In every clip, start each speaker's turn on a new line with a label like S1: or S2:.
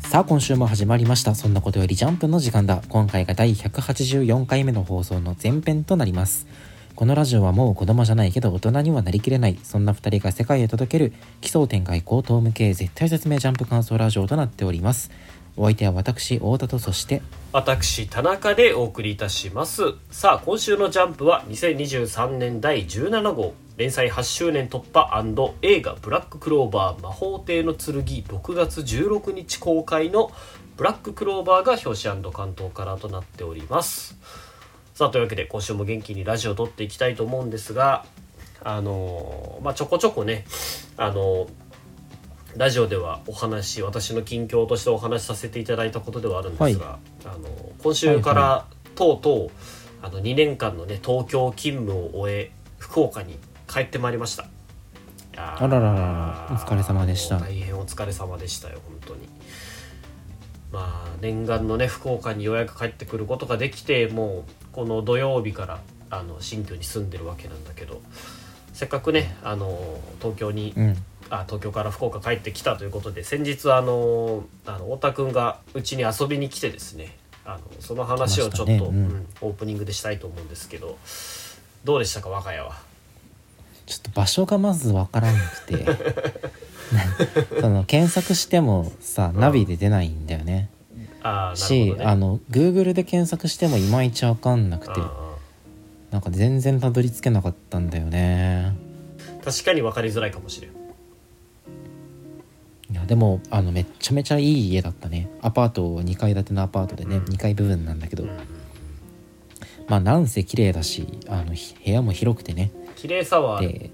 S1: さあ今週も始まりましたそんなことよりジャンプの時間だ今回が第184回目の放送の前編となりますこのラジオはもう子供じゃないけど大人にはなりきれないそんな2人が世界へ届ける奇想天外高等無形絶対説明ジャンプ感想ラジオとなっておりますお相手は私太田とそして
S2: 私田中でお送りいたしますさあ今週の「ジャンプ」は2023年第17号連載8周年突破映画「ブラッククローバー魔法帝の剣」6月16日公開の「ブラッククローバー」が表紙関東からとなっておりますさあというわけで今週も元気にラジオを撮っていきたいと思うんですがあのーまあちょこちょこねあのーラジオではお話私の近況としてお話しさせていただいたことではあるんですが、あの今週か
S1: はい
S2: らとうとう、あの2年間のね東京勤務を終え福岡に帰ってまいりましたあ
S1: あららららお疲れ様でした
S2: 大変お疲れ様でしたよ本当にまあ念願のね福岡にようやく帰ってくることができてもうこの土曜日からあの新居に住んでるわけなんだけどせっかくねあの東京に
S1: うん
S2: あ東京から福岡帰ってきたということで先日あのあの太田君がうちに遊びに来てですねあのその話をちょっと、
S1: 来ましたねうん
S2: うんオープニングでしたいと思うんですけどどうでしたか我が家は
S1: ちょっと場所がまずわからなくて その検索してもさナビで出ないんだよね、
S2: ああなる
S1: し、
S2: ほどね
S1: あの Google で検索してもいまいちわかんなくて
S2: あ
S1: なんか全然たどり着けなかったんだよね
S2: ー確かに分かりづらいかもしれん
S1: いやでもあのめっちゃめちゃいい家だったねアパート2階建てのアパートでね、
S2: うん
S1: 2階部分なんだけど、
S2: うん
S1: まあなんせ綺麗だしあのひ部屋も広くてね
S2: 綺麗さはある
S1: で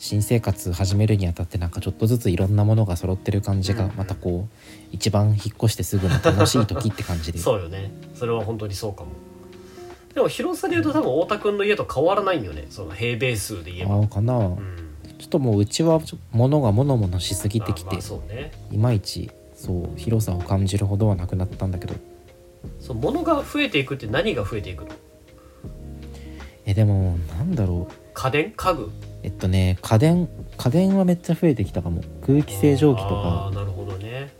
S1: 新生活始めるにあたってなんかちょっとずついろんなものが揃ってる感じ
S2: う
S1: が
S2: ん
S1: またこう一番引っ越してすぐの楽しい時って感じで
S2: そうよねそれは本当にそうかもでも広さで言うと多分太田君の家と変わらないんよねその平米数で言えば
S1: ああかな、
S2: うん
S1: ちょっともううちはちょ物がものものしすぎてき
S2: あー
S1: て、
S2: まあそうね
S1: いまいちそう広さを感じるほどはなくなったんだけど
S2: そう物が増えていくって何が増えていくの
S1: えでもなんだろう
S2: 家電家具
S1: えっとね家電家電はめっちゃ増えてきたかも空気清浄機とか
S2: あーなるほどね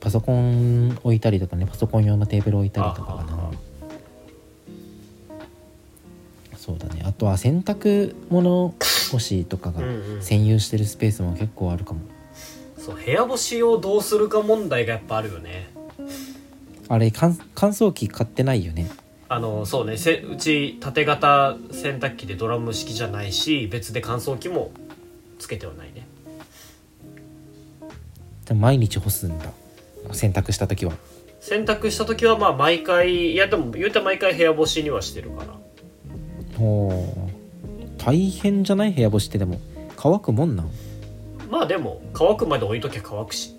S1: パソコン置いたりとかねパソコン用のテーブル置いたりとかか
S2: あは
S1: なそうだねあとは洗濯物干しとか
S2: う
S1: が
S2: んうん
S1: 占有してるスペースも結構あるかも
S2: そう部屋干しをどうするか問題がやっぱあるよね
S1: あれ乾乾燥機買ってないよね
S2: あのそうねせうち縦型洗濯機でドラム式じゃないし別で乾燥機もつけてはないね
S1: でも毎日干すんだ洗濯した時は
S2: 洗濯した時はまあ毎回いやでも言うて毎回部屋干しにはしてるから
S1: おー大変じゃない部屋干しってでも乾くもんなん
S2: まあでも乾くまで置いときゃ乾くし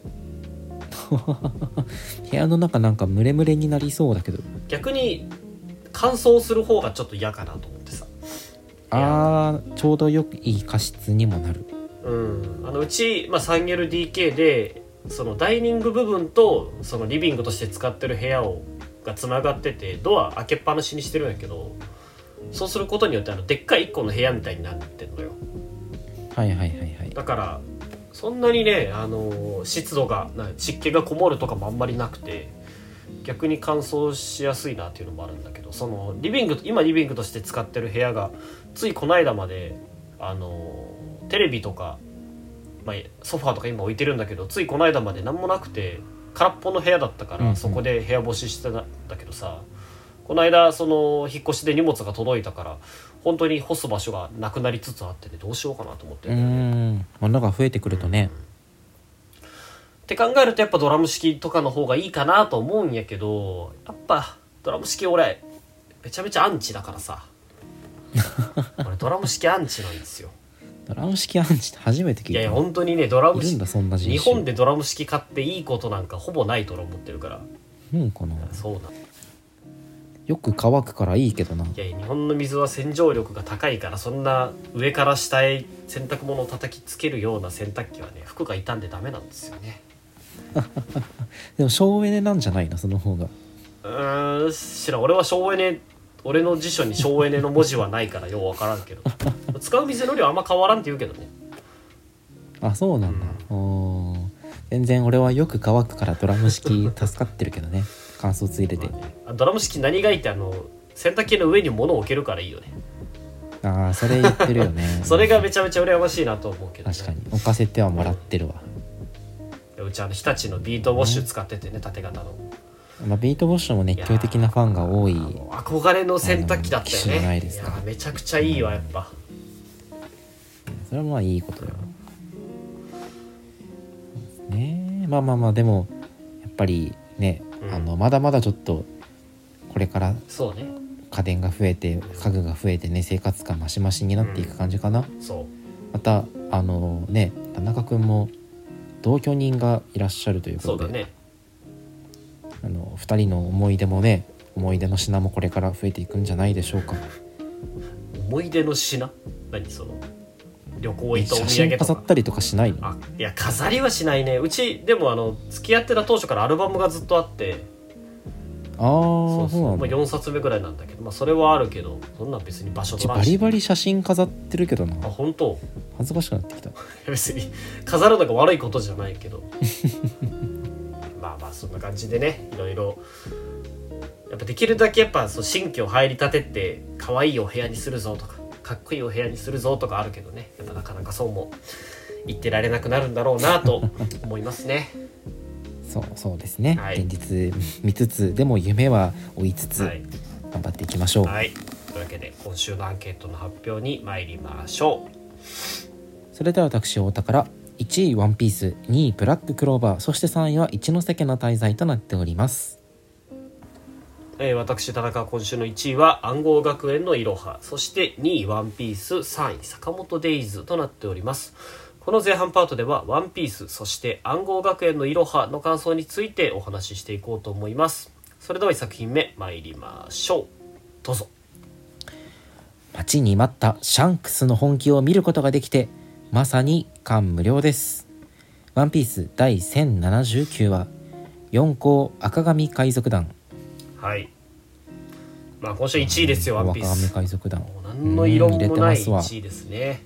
S1: 部屋の中なんかムレムレになりそうだけど
S2: 逆に乾燥する方がちょっと嫌かなと思ってさ
S1: あーちょうどよくいい加湿にもなる
S2: うん、あのうち、まあ、3LDK でそのダイニング部分とそのリビングとして使ってる部屋をがつながっててドア開けっぱなしにしてるんやけどそうすることによってあのでっかい1個の部屋みたいになってんのよ
S1: はいはいはいはい
S2: だからそんなにね、あのー湿度がな湿気がこもるとかもあんまりなくて逆に乾燥しやすいなっていうのもあるんだけどそのリビング今リビングとして使ってる部屋がついこの間まで、あのーテレビとか、まあ、ソファーとか今置いてるんだけどついこの間まで何もなくて空っぽの部屋だったから、
S1: うんうん
S2: そこで部屋干ししてたんだけどさこの間その引っ越しで荷物が届いたから本当に干す場所がなくなりつつあってねどうしようかなと思って
S1: うーん物が増えてくるとね
S2: って考えるとやっぱドラム式とかの方がいいかなと思うんやけどやっぱドラム式俺めちゃめちゃアンチだか らさ俺ドラム式アンチなんですよ
S1: ドラム式アンチって初めて聞
S2: い
S1: い
S2: やい
S1: た
S2: や本当にねドラム
S1: いるん
S2: 式
S1: だそんな人種
S2: 日本でドラム式買っていいことなんかほぼないと俺思ってるから
S1: うんかな
S2: そうなんい
S1: よく乾くからいいけどな
S2: やいや日本の水は洗浄力が高いからそんな上から下へ洗濯物を叩きつけるような洗濯機はね服が傷んでダメなんですよね
S1: でも省エネなんじゃないのその方が
S2: うーん知らん俺は省エネ俺の辞書に省エネの文字はないからようわからんけど使う水の量あんま変わらんって言うけどね
S1: あそうなんだ、おー全然俺はよく乾くからドラム 式助かってるけどね乾燥ついれて
S2: あドラム式何がいいってあの洗濯機の上に物を置けるからいいよね
S1: ああそれ言ってるよね
S2: それがめちゃめちゃ羨ましいなと思うけど、ね、
S1: 確かに置かせてはもらってるわ、
S2: うちあの日立のビートウォッシュ使っててね縦型の
S1: まあ、ビートボッシュも熱狂的なファンが多い
S2: 憧れの洗濯機だった
S1: あ
S2: よ
S1: の機種じゃな
S2: ね
S1: い
S2: い
S1: です
S2: や
S1: か
S2: ーめちゃくちゃいいわやっぱ
S1: それはまあいいことよねえまあまあまあでもやっぱりね、
S2: うん
S1: あのまだまだちょっとこれから
S2: そうね
S1: 家電が増えて家具が増えてね生活感マシマシになっていく感じかな、
S2: そう
S1: またあのね田中君も同居人がいらっしゃるという
S2: そ
S1: こ
S2: う
S1: と
S2: だ
S1: で、
S2: ね
S1: あの2人の思い出もね思い出の品もこれから増えていくんじゃないでしょうか
S2: 思い出の品何その旅行
S1: え
S2: 行ったお
S1: 写
S2: 土
S1: 真
S2: 産と
S1: 飾
S2: か
S1: ったりとかしないの
S2: あいや飾りはしないねうちでもあの付き合ってた当初からアルバムがずっとあって
S1: あー
S2: そう
S1: そう
S2: そ
S1: な
S2: うんま
S1: だ
S2: あ、4冊目ぐらいなんだけど、まあ、それはあるけどそんなん別に場所
S1: うち
S2: 取ら
S1: バ
S2: んし
S1: リバリ写真飾ってるけどな
S2: あ本当
S1: 恥ずかしくなってきた
S2: 別に飾るのが悪いことじゃない けどまあまあそんな感じでねいろいろやっぱできるだけやっぱそう新居入りたてって可愛いお部屋にするぞとかかっこいいお部屋にするぞとかあるけどねやっぱなかなかそうも言ってられなくなるんだろうなと思いま すね
S1: そうそうですね、
S2: はい
S1: 現実見つつでも夢は追いつつ
S2: はい
S1: 頑、張っていきましょう、
S2: はい、というわけで今週のアンケートの発表に参りましょう
S1: それでは私太田から1位ワンピース2位ブラッククローバーそして3位は一ノ瀬家の滞在となっております
S2: えー私田中今週の1位は暗号学園のいろはそして2位ワンピース3位坂本デイズとなっておりますこの前半パートではワンピースそして暗号学園のいろはの感想についてお話ししていこうと思いますそれでは1作品目参りましょうどうぞ
S1: 待ちに待ったシャンクスの本気を見ることができてまさに感無量ですワンピース第1079話四皇赤髪海賊団
S2: はいまあ今週1位ですよワンピー
S1: 赤髪
S2: ス
S1: 海賊団
S2: もう何の異論
S1: うん入れ
S2: も
S1: て
S2: な
S1: ま
S2: い
S1: すわ
S2: 1位ですね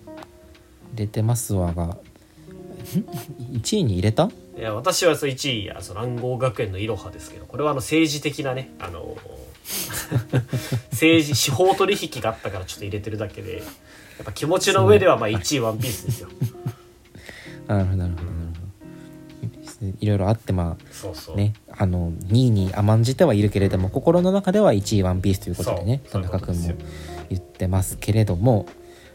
S1: 入れてますわが1位に入れた
S2: いや私はその1位やその暗号学園のいろはですけどこれはあの政治的なねあの政治司法取引があったからちょっと入れてるだけでやっぱ気持ちの上ではまあ1位ワンピースですよ
S1: なるほどなるほどなるほどいろいろあってま
S2: そうそ
S1: あ
S2: う、
S1: ねあの2位に甘んじてはいるけれども心の中では1位ワンピースということでね
S2: そ
S1: 田
S2: う
S1: 中君
S2: そう
S1: も
S2: いうこと
S1: 言ってますけれども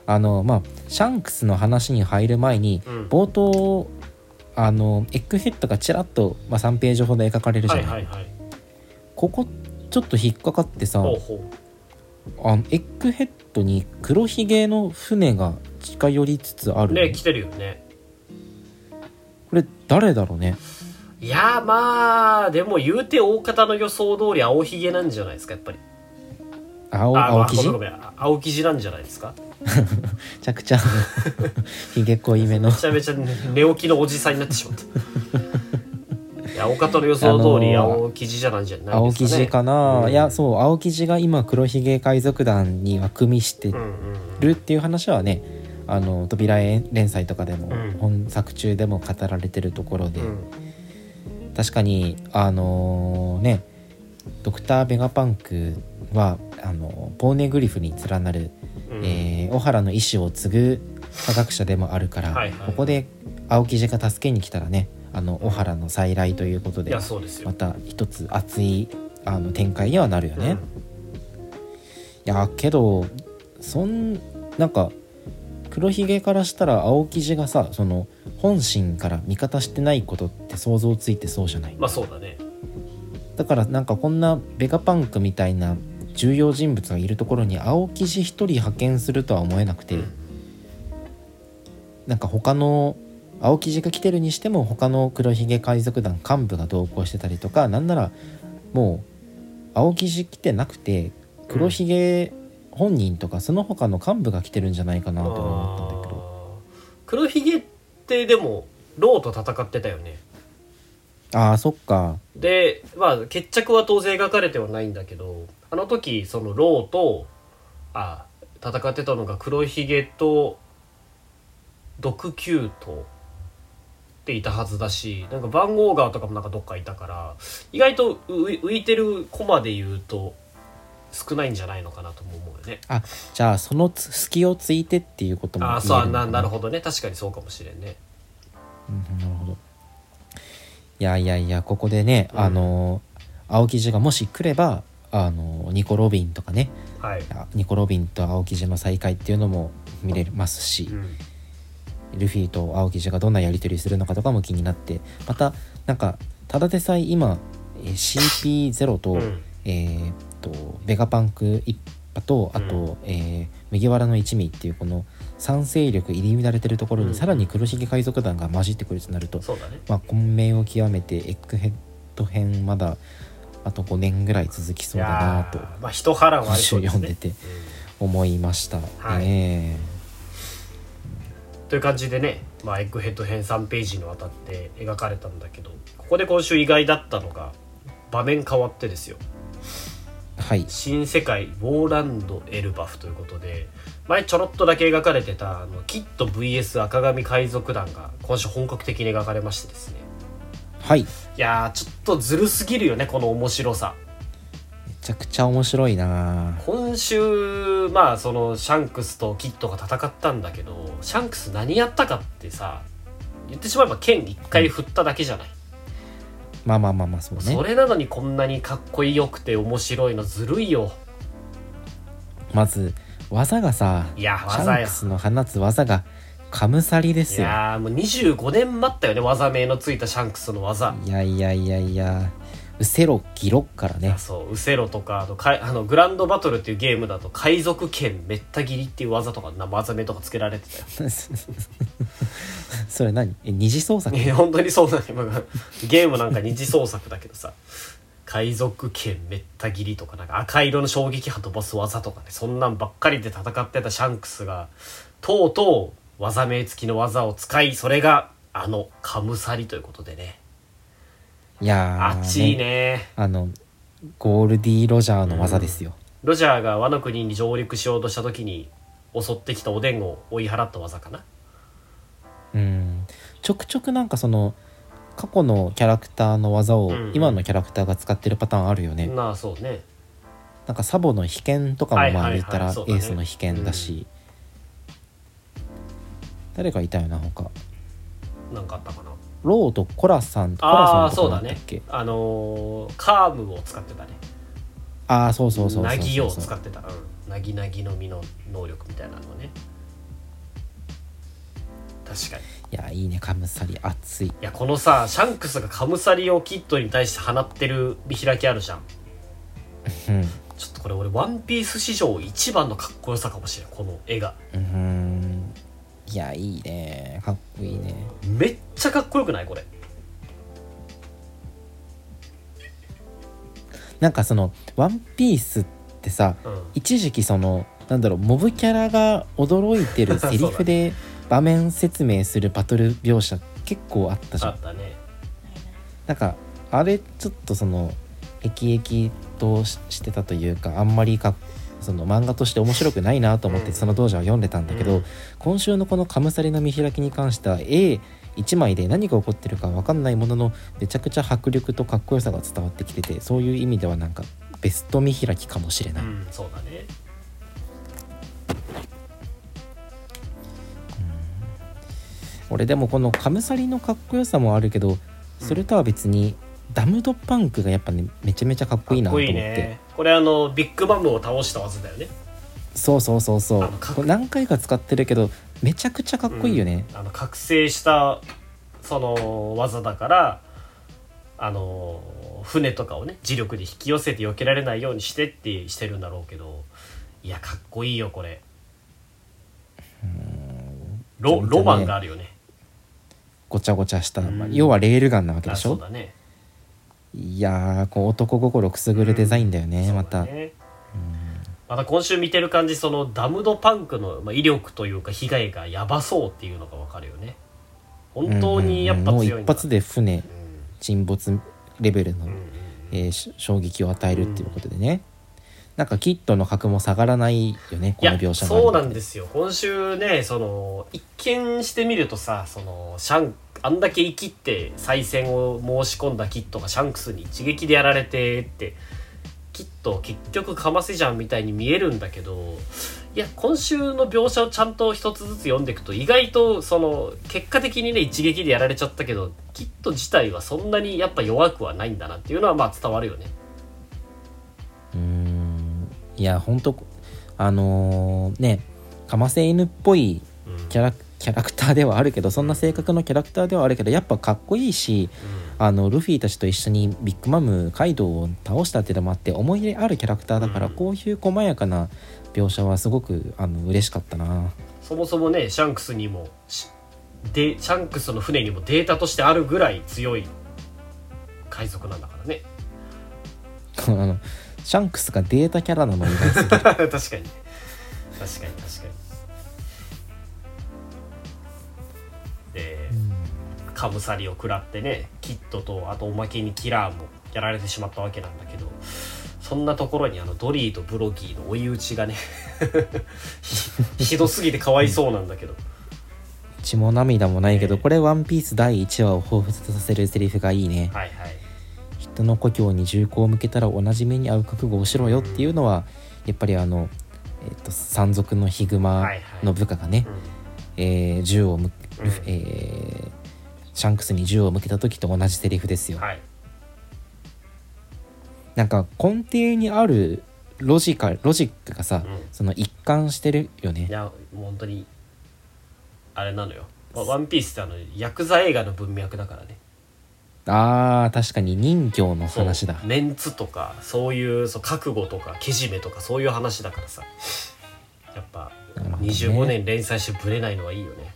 S1: あのまあシャンクスの話に入る前に、
S2: うん
S1: 冒頭あのエッグヘッドがちらっと、まあ、3ページほど描かれるじゃ
S2: は
S1: ない、
S2: いはいはい
S1: ここちょっと引っかかってさ
S2: ほうほう
S1: あのエッグヘッドに黒ひげの船が近寄りつつある、
S2: ね来てるよね
S1: これ誰だろうね
S2: いやーまあでも言うて大方の予想通り青ひげなんじゃないですかやっぱり
S1: 青
S2: あ
S1: 青生地
S2: ごめんごめんあ青生地なんじゃないですか
S1: めちゃくちゃひげ濃いめの
S2: めちゃめちゃ寝起きのおじさんになってしまった。いや、大方の予想通り、
S1: あのー
S2: 青生地じゃないんじゃない
S1: 青
S2: ですか、
S1: 生
S2: ね。
S1: 地かな、
S2: うん
S1: いやそう青生地が今黒ひげ海賊団には組みして
S2: うんうん
S1: るっていう話はねあの扉絵連載とかでも、
S2: うん
S1: 本作中でも語られてるところで、
S2: うん。うん
S1: 確かにあのねドクター・ベガパンクはあのポーネグリフに連なる、
S2: うん
S1: えー小原の意志を継ぐ科学者でもあるから、
S2: はいはい
S1: ここで青生地が助けに来たらねあの小原の再来ということ
S2: い
S1: で
S2: や、そうですよ
S1: ま。た一つ熱いあの展開にはなるよね。いやけどそんなんか黒ひげからしたら青生地がさその本心から味方してないことって想像ついてそうじゃない
S2: うんまあ、そうだね。
S1: だからなんかこんなベガパンクみたいな重要人物がいるところに青生地一人派遣するとは思えなくて、
S2: うん
S1: なんか他の青生地が来てるにしても他の黒ひげ海賊団幹部が同行してたりとかなんならもう青生地来てなくて黒ひげ本人とかその他の幹部が来てるんじゃないかなと思ったんだけど
S2: あー黒ひげって、でも、ローと戦ってたよね。
S1: ああーそっか
S2: で、まあ、決着は当然描かれてはないんだけど、あの時、そのローと、あ、戦ってたのが黒ひげと、毒球と、っていたはずだしなんか番号川とかもなんかどっかいたから意外とう浮いてるコマで言うと少ないんじゃないのかなとも思うよね。
S1: あじゃあそのつ隙をついてっていうことも
S2: ああ
S1: 言え
S2: そう
S1: るの
S2: な
S1: か
S2: なるほどね確かにそうかもしれんね。
S1: うんなるほどいやいやいやここでね、
S2: うん
S1: あの青木島がもし来ればあのニコ・ロビンとかね
S2: はい、
S1: あニコ・ロビンと青木島の再会っていうのも見れますし、
S2: うん
S1: ルフィと青木島がどんなやり取りするのかとかも気になってまたなんかただでさえ今えー CP0 と,、
S2: うん
S1: えーっとベガパンク一派とあと、
S2: う
S1: えー麦わらの一味っていうこの三勢力入り乱れてるところ
S2: うん
S1: にさらに黒ひげ海賊団が混じってくるとなると、
S2: そうだね。
S1: まあ、混迷を極めてエッグヘッド編まだあと5年ぐらい続き
S2: い
S1: そうだな
S2: や
S1: と
S2: ーまあ一波乱はあ
S1: 今
S2: りそ
S1: 週
S2: うです
S1: 読んでて
S2: ね。
S1: 思いました、
S2: はい
S1: ね
S2: という感じでね、まあ、エッグヘッド編3ページにわたって描かれたんだけどここで今週意外だったのが場面変わってですよ
S1: えはい
S2: 新世界ウォーランド・エルバフということで前ちょろっとだけ描かれてたあのキッド VS 赤髪海賊団が今週本格的に描かれましてですね
S1: はいめ
S2: いやーちょっとずるすぎるよねこの面白さ
S1: ちゃくちゃ面白いな
S2: 今週まあそのシャンクスとキッドが戦ったんだけどシャンクス何やったかってさ言ってしまえば剣一回振っただけじゃない、
S1: まあまあまあまあそうね
S2: それなのにこんなにかっこよくて面白いのずるいよ
S1: まず技がさ
S2: いや
S1: シャ
S2: 技
S1: ン
S2: よ
S1: クスの放つ技がカムサリで
S2: い
S1: すよ
S2: やーもう25年待ったよね技名のついたシャンクスの技、
S1: いやいやいやいやうせろギロからね
S2: あそうウセロとかあのかいあのグランドバトルっていうゲームだと海賊剣めった斬りっていう技とかな技名とかつけられてたよ
S1: それ何え二次創作
S2: いや本当にそうなの今がゲームなんか二次創作だけどさ海賊剣めった斬りとかなんか赤色の衝撃波飛ばす技とかねそんなんばっかりで戦ってたシャンクスがとうとう技名付きの技を使いそれがあのカムサリということでね
S1: いや
S2: あ
S1: ー
S2: っちいいね
S1: あのゴールディ・ロジャーの技ですよ、
S2: ロジャーがワノ国に上陸しようとした時に襲ってきたおでんを追い払った技かな
S1: うんちょくちょくなんかその過去のキャラクターの技を
S2: うん
S1: 今のキャラクターが使ってるパターンあるよね、
S2: なあそうね
S1: なんかサボの被験とかもま
S2: はいはい
S1: あ
S2: はい
S1: 言ったらエ
S2: そうだね
S1: ースの被験だし、誰がいたよな他
S2: なんかあったかな
S1: ローとコラさんコラさ
S2: あ
S1: ん
S2: あ
S1: とか
S2: そう
S1: だっ
S2: だ
S1: たっ
S2: ね
S1: け
S2: あのーカームを使ってたね
S1: ああそうそうそうそう
S2: なぎ
S1: そ
S2: を
S1: うそ
S2: 使
S1: う
S2: ってたうんなぎなぎの実の能力みたいなのね確か
S1: い
S2: に
S1: やいいねカムサリ熱い
S2: いやこのさシャンクスがカムサリをキッドに対して放ってる見開きあるじゃん
S1: うん
S2: ちょっとこれ俺ワンピース史上一番のかっこよさかもしれんこの絵が
S1: うーんいやいいねかっこいいね
S2: めっちゃかっこよくないこれ
S1: なんかその「ワンピースってさ
S2: うん
S1: 一時期そのなんだろうモブキャラが驚いてるセリフ で場面説明するバトル描写結構あったじゃ
S2: あ
S1: ん
S2: ったね
S1: なんかあれちょっとそのへきへきとししてたというかあんまりかその漫画として面白くないなと思っ
S2: うん
S1: てその当時は読んでたんだけど、
S2: うん
S1: 今週のこの「カムサリの見開き」に関しては A 一枚で何が起こってるか分かんないもののめちゃくちゃ迫力とかっこよさが伝わってきててそういう意味ではなんかベスト見開きかもしれ
S2: う
S1: ない、
S2: んそうだね
S1: 俺でもこのカムサリのかっこよさもあるけどそれとは別にダムドパンクがやっぱねめちゃめちゃかっこいいな
S2: かっ
S1: と
S2: こ
S1: 思って
S2: いいねこれあのビッグバムを倒した技だよね
S1: そうそうそうそ
S2: あ
S1: う
S2: のかっ
S1: これ何回か使ってるけどめちゃくちゃかっこいいよね、
S2: うんあの覚醒したその技だからあの船とかをね磁力で引き寄せて避けられないようにしてってしてるんだろうけどいやかっこいいよこれロ
S1: そうだね
S2: ロマンがあるよね
S1: ごちゃごちゃした、まあ
S2: うん
S1: 要はレールガンなわけで
S2: あ
S1: し
S2: そう
S1: ょ
S2: だね
S1: いやーこう男心くすぐるデザインだよね、
S2: そう
S1: ま
S2: だ
S1: た、
S2: ねまた今週見てる感じそのダムドパンクのまあ威力というか被害がやばそうっていうのがわかるよね本当にやっぱ
S1: うんうんうんも
S2: 強
S1: う
S2: いん
S1: 一
S2: だ
S1: 発で船沈没レベルの、
S2: うんうんうん
S1: えーし衝撃を与えるっていうことでね、なんかキッドの格も下がらないよね
S2: い
S1: この
S2: や
S1: 描写があ
S2: そうなん
S1: す
S2: ですよ今週ねその一見してみるとさそのシャンあんだけ生きって再戦を申し込んだキッドがシャンクスに一撃でやられてってキッド結局かませじゃんみたいに見えるんだけどいや今週の描写をちゃんと一つずつ読んでいくと意外とその結果的にね一撃でやられちゃったけどキッド自体はそんなにやっぱ弱くはないんだなっていうのはまあ伝わるよね。
S1: うーんいや本当あのーねかませ犬っぽい
S2: うん
S1: キャラキャラクターではあるけどそんな性格のキャラクターではあるけどやっぱかっこいいしあのルフィたちと一緒にビッグマムカイドウを倒したっていうのもあって思い入れあるキャラクターだから、
S2: うん
S1: こういう細やかな描写はすごくあの嬉しかったな
S2: そもそもねシャンクスにもしでシャンクスの船にもデータとしてあるぐらい強い海賊なんだからね
S1: あのシャンクスがデータキャラなのに
S2: 確かに確かに確かにで、カムサリを食らってねキッドとあとおまけにキラーもやられてしまったわけなんだけどそんなところにあのドリーとブロギーの追い打ちがねひひどすぎてかわいそうなんだけど
S1: 血も涙もないけど、
S2: ええ
S1: これ「ワンピース第1話を彷彿とさせるセリフがいいね、
S2: はいはい
S1: 人の故郷に銃口を向けたら同じ目に遭う覚悟をしろよっていうのはやっぱりあの、えっと山賊のヒグマの部下がね、
S2: うん
S1: えー銃を向
S2: うん
S1: えーシャンクスに銃を向けた時と同じセリフですよ、
S2: はい
S1: なんか根底にあるロジカロジックがさ、
S2: うん
S1: その一貫してるよ
S2: い
S1: ね
S2: やもう本当にあれなのよ「ワワンピースってあのヤクザ映画の文脈だからね
S1: あー確かに人形の
S2: そう
S1: 話だ
S2: メンツとかそういうそう覚悟とかけじめとかそういう話だからさやっぱ
S1: なるほどね
S2: 25年連載してぶれないのはいいよね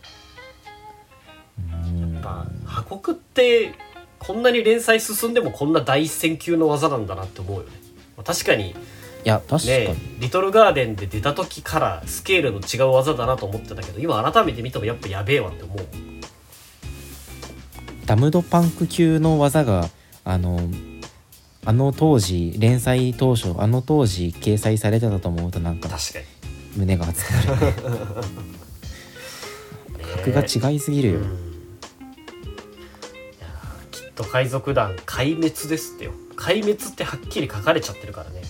S1: うん
S2: やっぱ破国ってこんなに連載進んでもこんな大戦級の技なんだなって思うよねまあ確かに
S1: いや確かに、
S2: ね「リトルガーデン」で出た時からスケールの違う技だなと思ってたけど今改めて見てもやっぱやべえわって思う
S1: ダムドパンク級の技があのあの当時連載当初あの当時掲載されてたと思うとなんか
S2: 確かに
S1: 胸が熱くなるね格が違いすぎるよ、
S2: うんいやーきっと海賊団壊滅ですってよ壊滅ってはっきり書かれちゃってるからね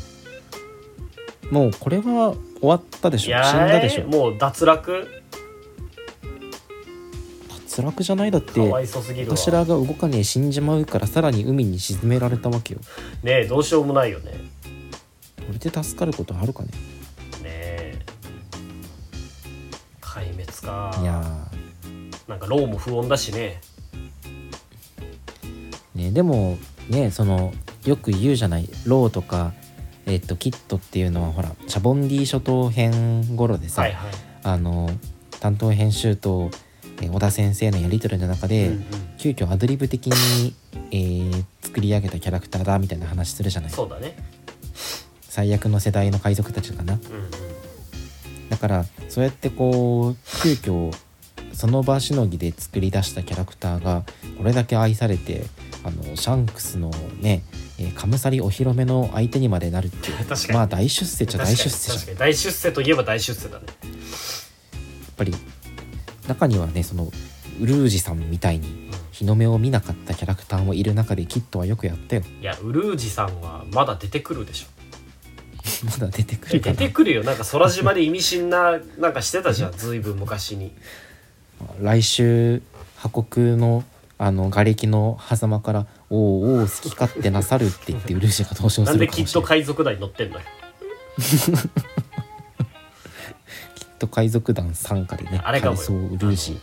S1: もうこれは終わったでしょ
S2: い
S1: 死ん
S2: やー
S1: だでしょ
S2: もう脱落
S1: 脱落じゃないだって
S2: かわいそうすぎるわ
S1: 柱が動かねえ死んじまうからさらに海に沈められたわけよ
S2: ねえどうしようもないよね
S1: これで助かることあるかね
S2: ねえ壊滅か
S1: いや
S2: なんかローも不穏だしね
S1: ーねでもねそのよく言うじゃないローとかえっとキットっていうのはほらシャボンディ諸島編頃でさ、
S2: はいはい、
S1: あの担当編集とえー小田先生のやり取りの中で、
S2: うんうん
S1: 急遽アドリブ的に、えー作り上げたキャラクターだみたいな話するじゃない
S2: そうだね
S1: 最悪の世代の海賊たちかな
S2: うんうん
S1: だからそうやってこう急遽その場しのぎで作り出したキャラクターがこれだけ愛されてあのシャンクスのね、えーカムサリお披露目の相手にまでなるっていう
S2: 確かに
S1: まあ大出世っちゃ
S2: 確か
S1: 大
S2: に
S1: 出世じゃん
S2: 確かに大出世といえば大出世だね
S1: やっぱり中にはねそのウルージさんみたいに日の目を見なかったキャラクターもいる中でキッドはよくやったよ
S2: いやウルージさんはまだ出てくるでしょ
S1: まだ出てく
S2: え
S1: るか
S2: 出
S1: な
S2: てくるよなんか空島で意味深な なんかしてたじゃんずいぶん昔に
S1: 来週破国のあの瓦礫の狭間から「おうおう好き勝手なさる」って言ってウルージが登場するかも
S2: な
S1: し
S2: ん
S1: れ
S2: で
S1: ない
S2: きっと海賊団に乗ってんのよ
S1: きっと海賊団傘下でね
S2: あれかも
S1: 海
S2: よ
S1: 藻ウルージ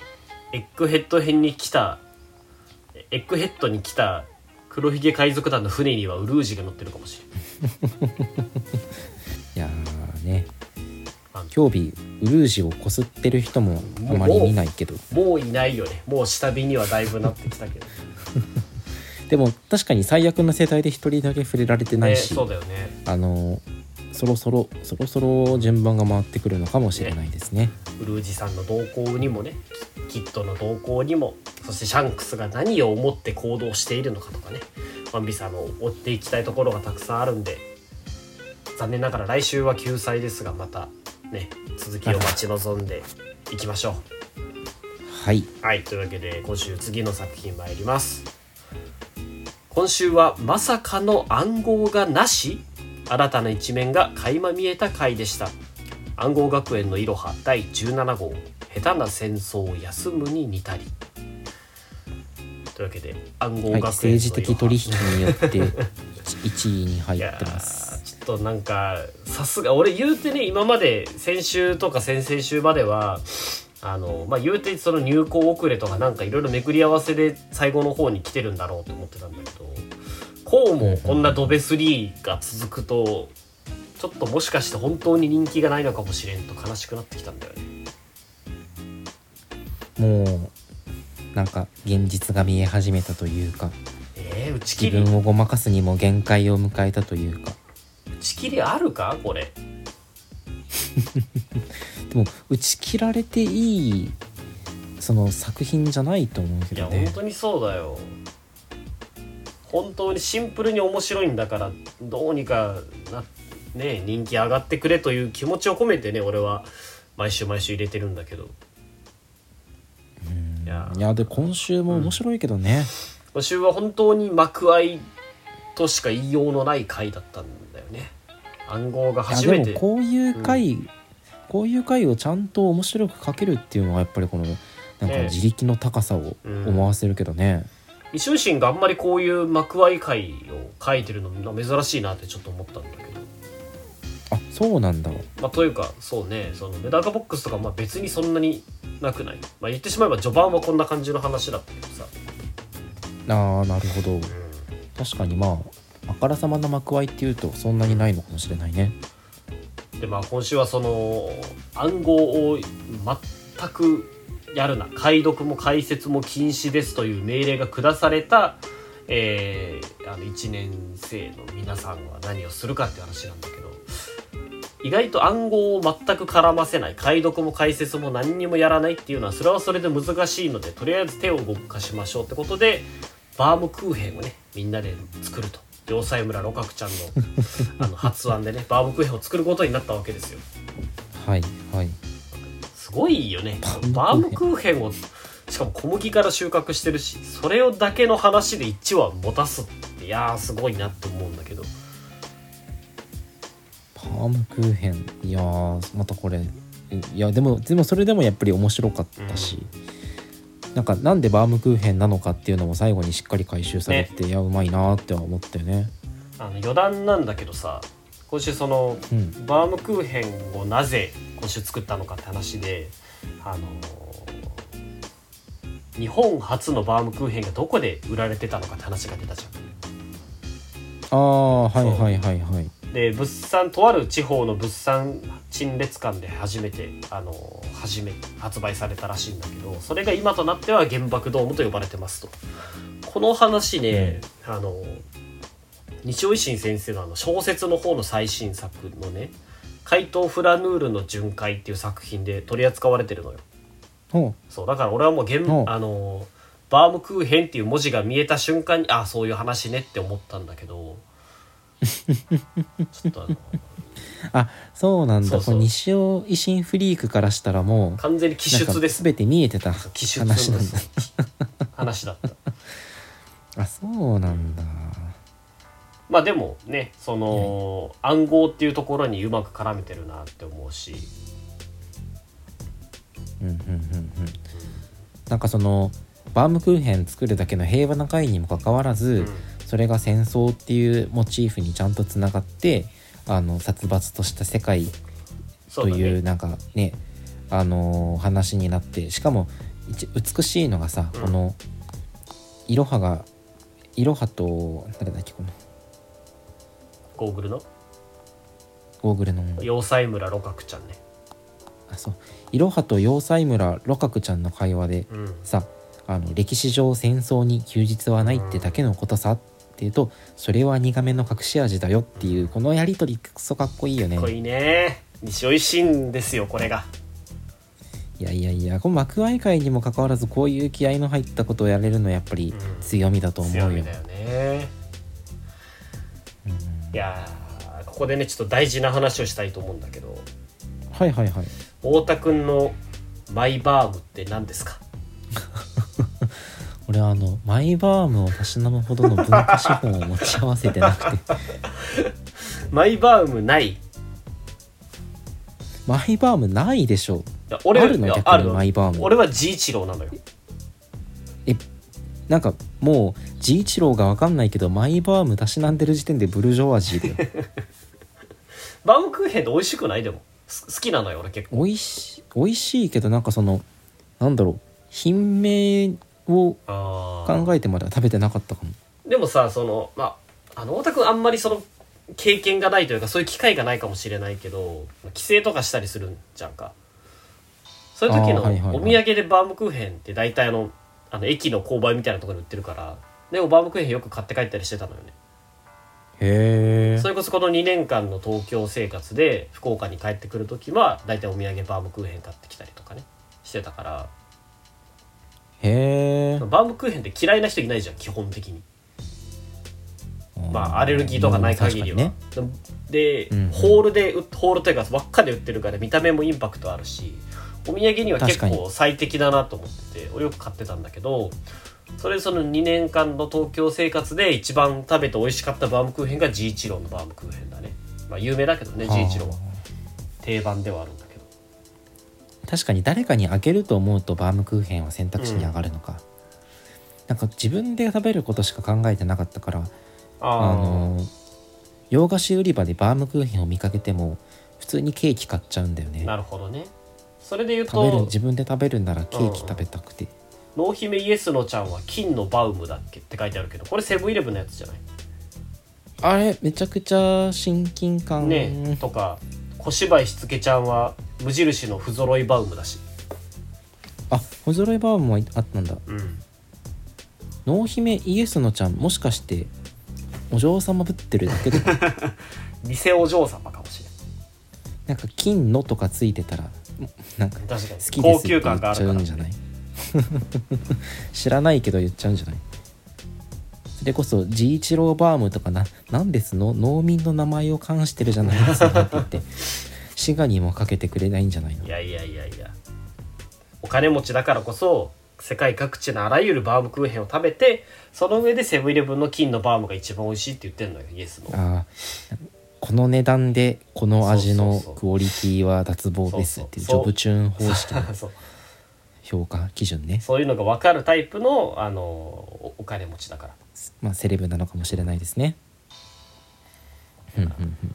S2: エッグヘッド編に来たエッグヘッドに来た黒ひげ海賊団の船にはウルージが乗ってるかもしれない
S1: いやーね
S2: あの
S1: 今日日ウルージをこすってる人もあまり見ないけど
S2: もういないよねもう下火にはだいぶなってきたけど、
S1: でも確かに最悪の世代で一人だけ触れられ てな
S2: ね、
S1: いし、
S2: そうだよね
S1: あのそろそろそろそろ順番が回ってくるのかもしれないですね
S2: ウルージさんの動向にもねキッドの動向にもそしてシャンクスが何を思って行動しているのかとかねワンピースあの追っていきたいところがたくさんあるんで残念ながら来週は救済ですがまたね続きを待ち望んでいきましょう。
S1: はい
S2: はいというわけで今週次の作品参ります今週はまさかの暗号がなし新たな一面が垣間見えた回でした暗号学園のいろは第17号下手な戦争を休むに似たりというわけで暗号学園の
S1: はい、
S2: いろは
S1: 政治的取引によって1位に入
S2: い
S1: っ
S2: や
S1: てます
S2: ーちょっとなんかさすが俺言うてね今まで先週とか先々週まではあのまあ言うてその入校遅れとかなんかいろいろめくり合わせで最後の方に来てるんだろうと思ってたんだけどこうもこんなドベ3が続くとちょっともしかして本当に人気がないのかもしれんと悲しくなってきたんだよね。
S1: もうなんか現実が見え始めたというか
S2: えー、打ち切
S1: 自
S2: り
S1: 分
S2: 打
S1: をごまかすにも限界を迎えたというか
S2: ち切りあるかこれ。
S1: でも打ち切られていいその作品じゃないと思うけ
S2: いや
S1: どね
S2: 本当にそうだよ本当にシンプルに面白いんだからどうにかなね人気上がってくれという気持ちを込めてね俺は毎週毎週入れてるんだけど
S1: うん
S2: いや
S1: いやで今週も面白いけどね、
S2: 今週は本当に幕開いとしか言いようのない回だったんだよね暗号が
S1: いや
S2: 初め
S1: で
S2: て
S1: もこういう回、こういう回をちゃんと面白く書けるっていうのはやっぱりこのなんか
S2: ええ
S1: 自力の高さを
S2: うん
S1: 思わせるけどね、
S2: 伊集院があんまりこういう幕開回を書いてるの珍しいなってちょっと思ったんだけど
S1: あそうなんだ
S2: まあ、というかそうねそのメダカボックスとかまあ別にそんなになくない、まあ、言ってしまえば序盤はこんな感じの話だったけどさ、
S1: あーなるほど
S2: うん
S1: 確かにまああからさまな幕開いっていうとそんなにないのかもしれないね
S2: でまあ今週はその暗号を全くやるな解読も解説も禁止ですという命令が下された、えーあの1年生の皆さんは何をするかって話なんだけど意外と暗号を全く絡ませない解読も解説も何にもやらないっていうのはそれはそれで難しいのでとりあえず手を動かしましょうってことでバームクーヘンをねみんなで作ると両妻村六角ちゃん のあの発案でねバームクーヘンを作ることになったわけですよ
S1: はいはい
S2: すごいよねバ
S1: バ
S2: ー
S1: ー
S2: ム
S1: ム
S2: クーヘンをしかも小麦から収穫してるしそれをだけの話で1話持たすっていやーすごいなって思うんだけど
S1: パームクーヘンいやーまたこれいやでもでもそれでもやっぱり面白かったし、なんかなんでバームクーヘンなのかっていうのも最後にしっかり回収されてて、いやうまいなーっては思ったよね
S2: あの余談なんだけどさ今週その
S1: うん
S2: バームクーヘンをなぜ今週作ったのかって話であのー日本初のバームクーヘンがどこで売られてたのかって話が出たじゃ
S1: あ
S2: ん
S1: あはいはいはいはい
S2: で物産とある地方の物産陳列館で初めてあの初め発売されたらしいんだけどそれが今となっては原爆ドームと呼ばれてますとこの話ね、あの西尾維新先生のあの小説の方の最新作のね「怪盗フラヌールの巡回」っていう作品で取り扱われてるのよ
S1: ほ
S2: そうだから俺はもう原
S1: おう
S2: あのバームクーヘンっていう文字が見えた瞬間にあそういう話ねって思ったんだけどちょっとあの
S1: うあそうなんだ
S2: そうそう
S1: これ西尾維新フリークからしたらもう
S2: 完全に奇
S1: なん
S2: 出
S1: か
S2: です
S1: 全て見えてた
S2: 奇
S1: 話
S2: 出
S1: なん
S2: の
S1: だ
S2: 話だった
S1: あそうなんだ
S2: まあでもねその暗号っていうところにうまく絡めてるなって思うし
S1: うんうんうんうんなんかそのバームクーヘン作るだけの平和な会にもかかわらず、
S2: うん
S1: それが戦争っていうモチーフにちゃんとつながってあの殺伐とした世界
S2: そ
S1: と
S2: うだ
S1: いう
S2: ね
S1: なんかねあのー話になってしかも一美しいのがさ、
S2: うん
S1: このいろはがいろはと誰だっけこの
S2: ゴーグルの
S1: ゴーグルの
S2: 要塞村六角ちゃんね
S1: あそういろはと要塞村ロカクちゃんの会話で
S2: うん
S1: さあの歴史上戦争に休日はないってだけのことさっていうとそれは苦めの隠し味だよっていうこのやり取りクソかっこいいよね
S2: かっこいいね西尾維新ですよこれが
S1: いやいやいやこの幕開会にもかかわらずこういう気合いの入ったことをやれるのはやっぱり
S2: うん
S1: 強みだと思うよ、
S2: 強みだよね
S1: うん
S2: いやーここでねちょっと大事な話をしたいと思うんだけど
S1: はいはいはい
S2: 太田くんのマイバームって何ですか
S1: これはあのマイバームをたしなむほどの文化資本を持ち合わせてなく て
S2: マイバームないい
S1: マイバームないでしょ
S2: や俺
S1: あるの
S2: いや
S1: 逆にマイバーム
S2: 俺はジイチローなのよ
S1: なんかもう治一郎が分かんないけどマイバームたしなんでる時点でブルジョワジ ーだよ
S2: バウムクーヘンって美味しくないでもす好きなのよ俺結構
S1: 美味し美味しいけどなんかそのなんだろう品名を
S2: あー
S1: 考えてまでは食べてなかったかも
S2: でもさそのまああの太田君あんまりその経験がないというかそういう機会がないかもしれないけど帰省とかしたりするんじゃんかそういう時の
S1: あーはいはいはい
S2: お土産でバームクーヘンって大体あのあの駅の購買みたいなところに売ってるからでもバームクーヘンよく買って帰ったりしてたのよね
S1: へ
S2: それこそこの2年間の東京生活で福岡に帰ってくる時は大体お土産バームクーヘン買ってきたりとかねしてたから
S1: えへえ
S2: バームクーヘンって嫌いな人いないじゃん基本的にまあ、アレルギーとかない限りは、
S1: ね
S2: で、
S1: うん
S2: ホールで売ホールというか輪っかで売ってるから見た目もインパクトあるしお土産には結
S1: 確か
S2: 構最適だなと思ってて俺よく買ってたんだけどそれでその2年間の東京生活で一番食べて美味しかったバームクーヘンがジイチローのバームクーヘンだね、まあ、有名だけどね
S1: はあ
S2: ジイチローは定番ではあるんだけど
S1: 確かに誰かにあげると思うとバームクーヘンは選択肢に上がるのか、なんか自分で食べることしか考えてなかったからあ
S2: あ
S1: の洋菓子売り場でバームクーヘンを見かけても普通にケーキ買っちゃうんだよね
S2: なるほどねそれで言う
S1: 食べる
S2: と
S1: 自分で食べるならケーキ食べたくて、
S2: 濃姫イエスのちゃんは金のバウムだっけって書いてあるけどこれセブンイレブンのやつじゃない
S1: あれめちゃくちゃ親近感、
S2: ねとか小芝居しつけちゃんは無印の不揃いバウムだし、
S1: あお揃いバームもあったんだ
S2: うん、
S1: 濃姫イエスのちゃんもしかしてお嬢様ぶってるだけ で
S2: 店お嬢様かもしれ
S1: な
S2: な
S1: んか金のとかついてたらなんか
S2: い確かに
S1: 好きで
S2: 高
S1: すって
S2: 級
S1: 言
S2: 感が
S1: っ
S2: あ
S1: ち
S2: る
S1: ゃ
S2: か
S1: う
S2: ら
S1: ん じゃない知らないけど言っちゃうんじゃないそれこそ「ジイチローバーム」とかな「なんですの農民の名前を冠してるじゃないですか」って言って滋賀にもかけてくれないんじゃないの
S2: いやいやいやいやお金持ちだからこそ世界各地のあらゆるバウムクーヘンを食べてその上でセブンイレブンの金のバウムが一番美味しいって言ってんのよイエスの
S1: あーこの値段でこの味の
S2: そうそうそう
S1: クオリティは脱帽ですっていうジ
S2: そうそう
S1: ョブチューン方式の
S2: そう
S1: 評価基準ね、
S2: そういうのが分かるタイプのあのおお金持ちだから
S1: まあ、セレブなのかもしれないですね。うんうんうんい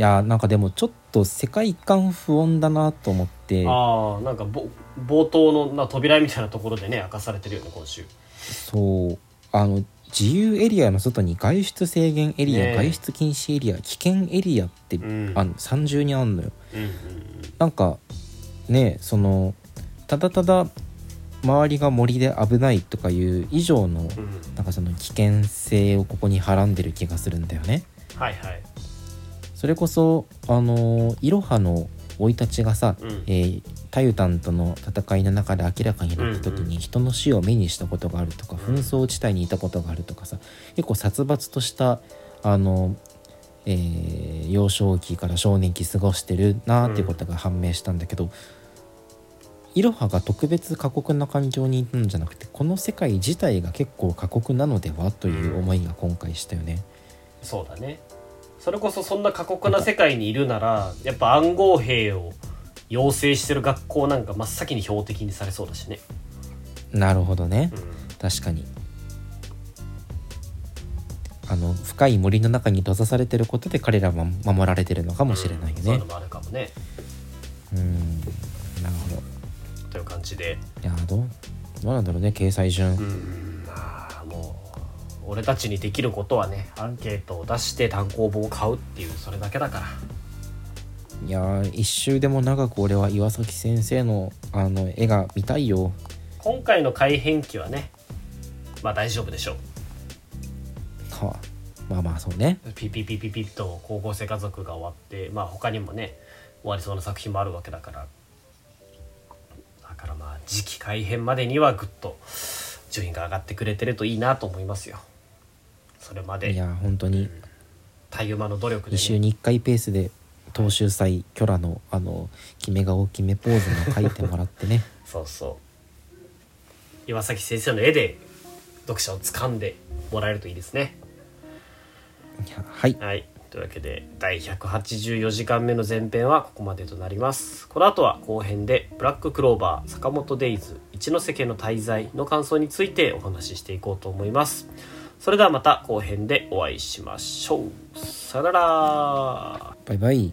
S1: やーなんかでもちょっと世界観不穏だなと思って
S2: ああんかぼ冒頭のな扉みたいなところでね明かされてるよね今週
S1: そうあの自由エリアの外に外出制限エリア、
S2: ねえ
S1: 外出禁止エリア危険エリアって、
S2: うん
S1: あの30にあんのよ。
S2: うんうん
S1: なんかねそのただただ周りが森で危ないとかいう以上の
S2: うんうん
S1: なんかその危険性をここにはらんでる気がするんだよね。
S2: はいはい
S1: それこそあのいろはの生い立ちがさ、
S2: うん
S1: えータユタンとの戦いの中で明らかになった時
S2: うんう
S1: に人の死を目にしたことがあるとか、紛争地帯にいたことがあるとかさ結構殺伐としたあの、えー幼少期から少年期過ごしてるなーっていうことが判明したんだけど。いろはが特別過酷な環境にいたんじゃなくてこの世界自体が結構過酷なのではという思いが今回したよね。
S2: そうだねそれこそそんな過酷な世界にいるならやっぱ暗号兵を養成してる学校なんか真っ先に標的にされそうだしね、
S1: なるほどね、
S2: うん、
S1: 確かにあの深い森の中に閉ざされてることで彼らは守られてるのかもしれないよ
S2: うんそうい
S1: ね
S2: うの。もあるかもね
S1: うんなるほど
S2: という感じで
S1: いやどうどうなんだろうね掲載順、
S2: うんまあもう俺たちにできることはねアンケートを出して単行本を買うっていうそれだけだから
S1: いやー一周でも長く俺は岩崎先生のあの絵が見たいよ
S2: 今回の改変期はねまあ大丈夫でしょう
S1: はあまあまあそうね
S2: ピピピピピッと高校生家族が終わってまあ他にもね終わりそうな作品もあるわけだからだからまあ時期改編までにはぐっと順位が上がってくれてるといいなと思いますよそれま
S1: い
S2: で
S1: や本当に
S2: たゆまの努力で、
S1: 一週
S2: ね、
S1: に1回ペースで東秀祭キョラのあの決め顔決めポーズも書いてもらってね
S2: そうそ岩崎先生の絵で読者を掴んでもらえるといいですね
S1: いやはい
S2: はいというわけで第184時間目の前編はここまでとなりますこの後は後編で「ブラッククローバー坂本デイズ一ノ瀬家の滞在」の感想についてお話ししていこうと思いますそれではまた後編でお会いしましょうさよなら
S1: バイバイ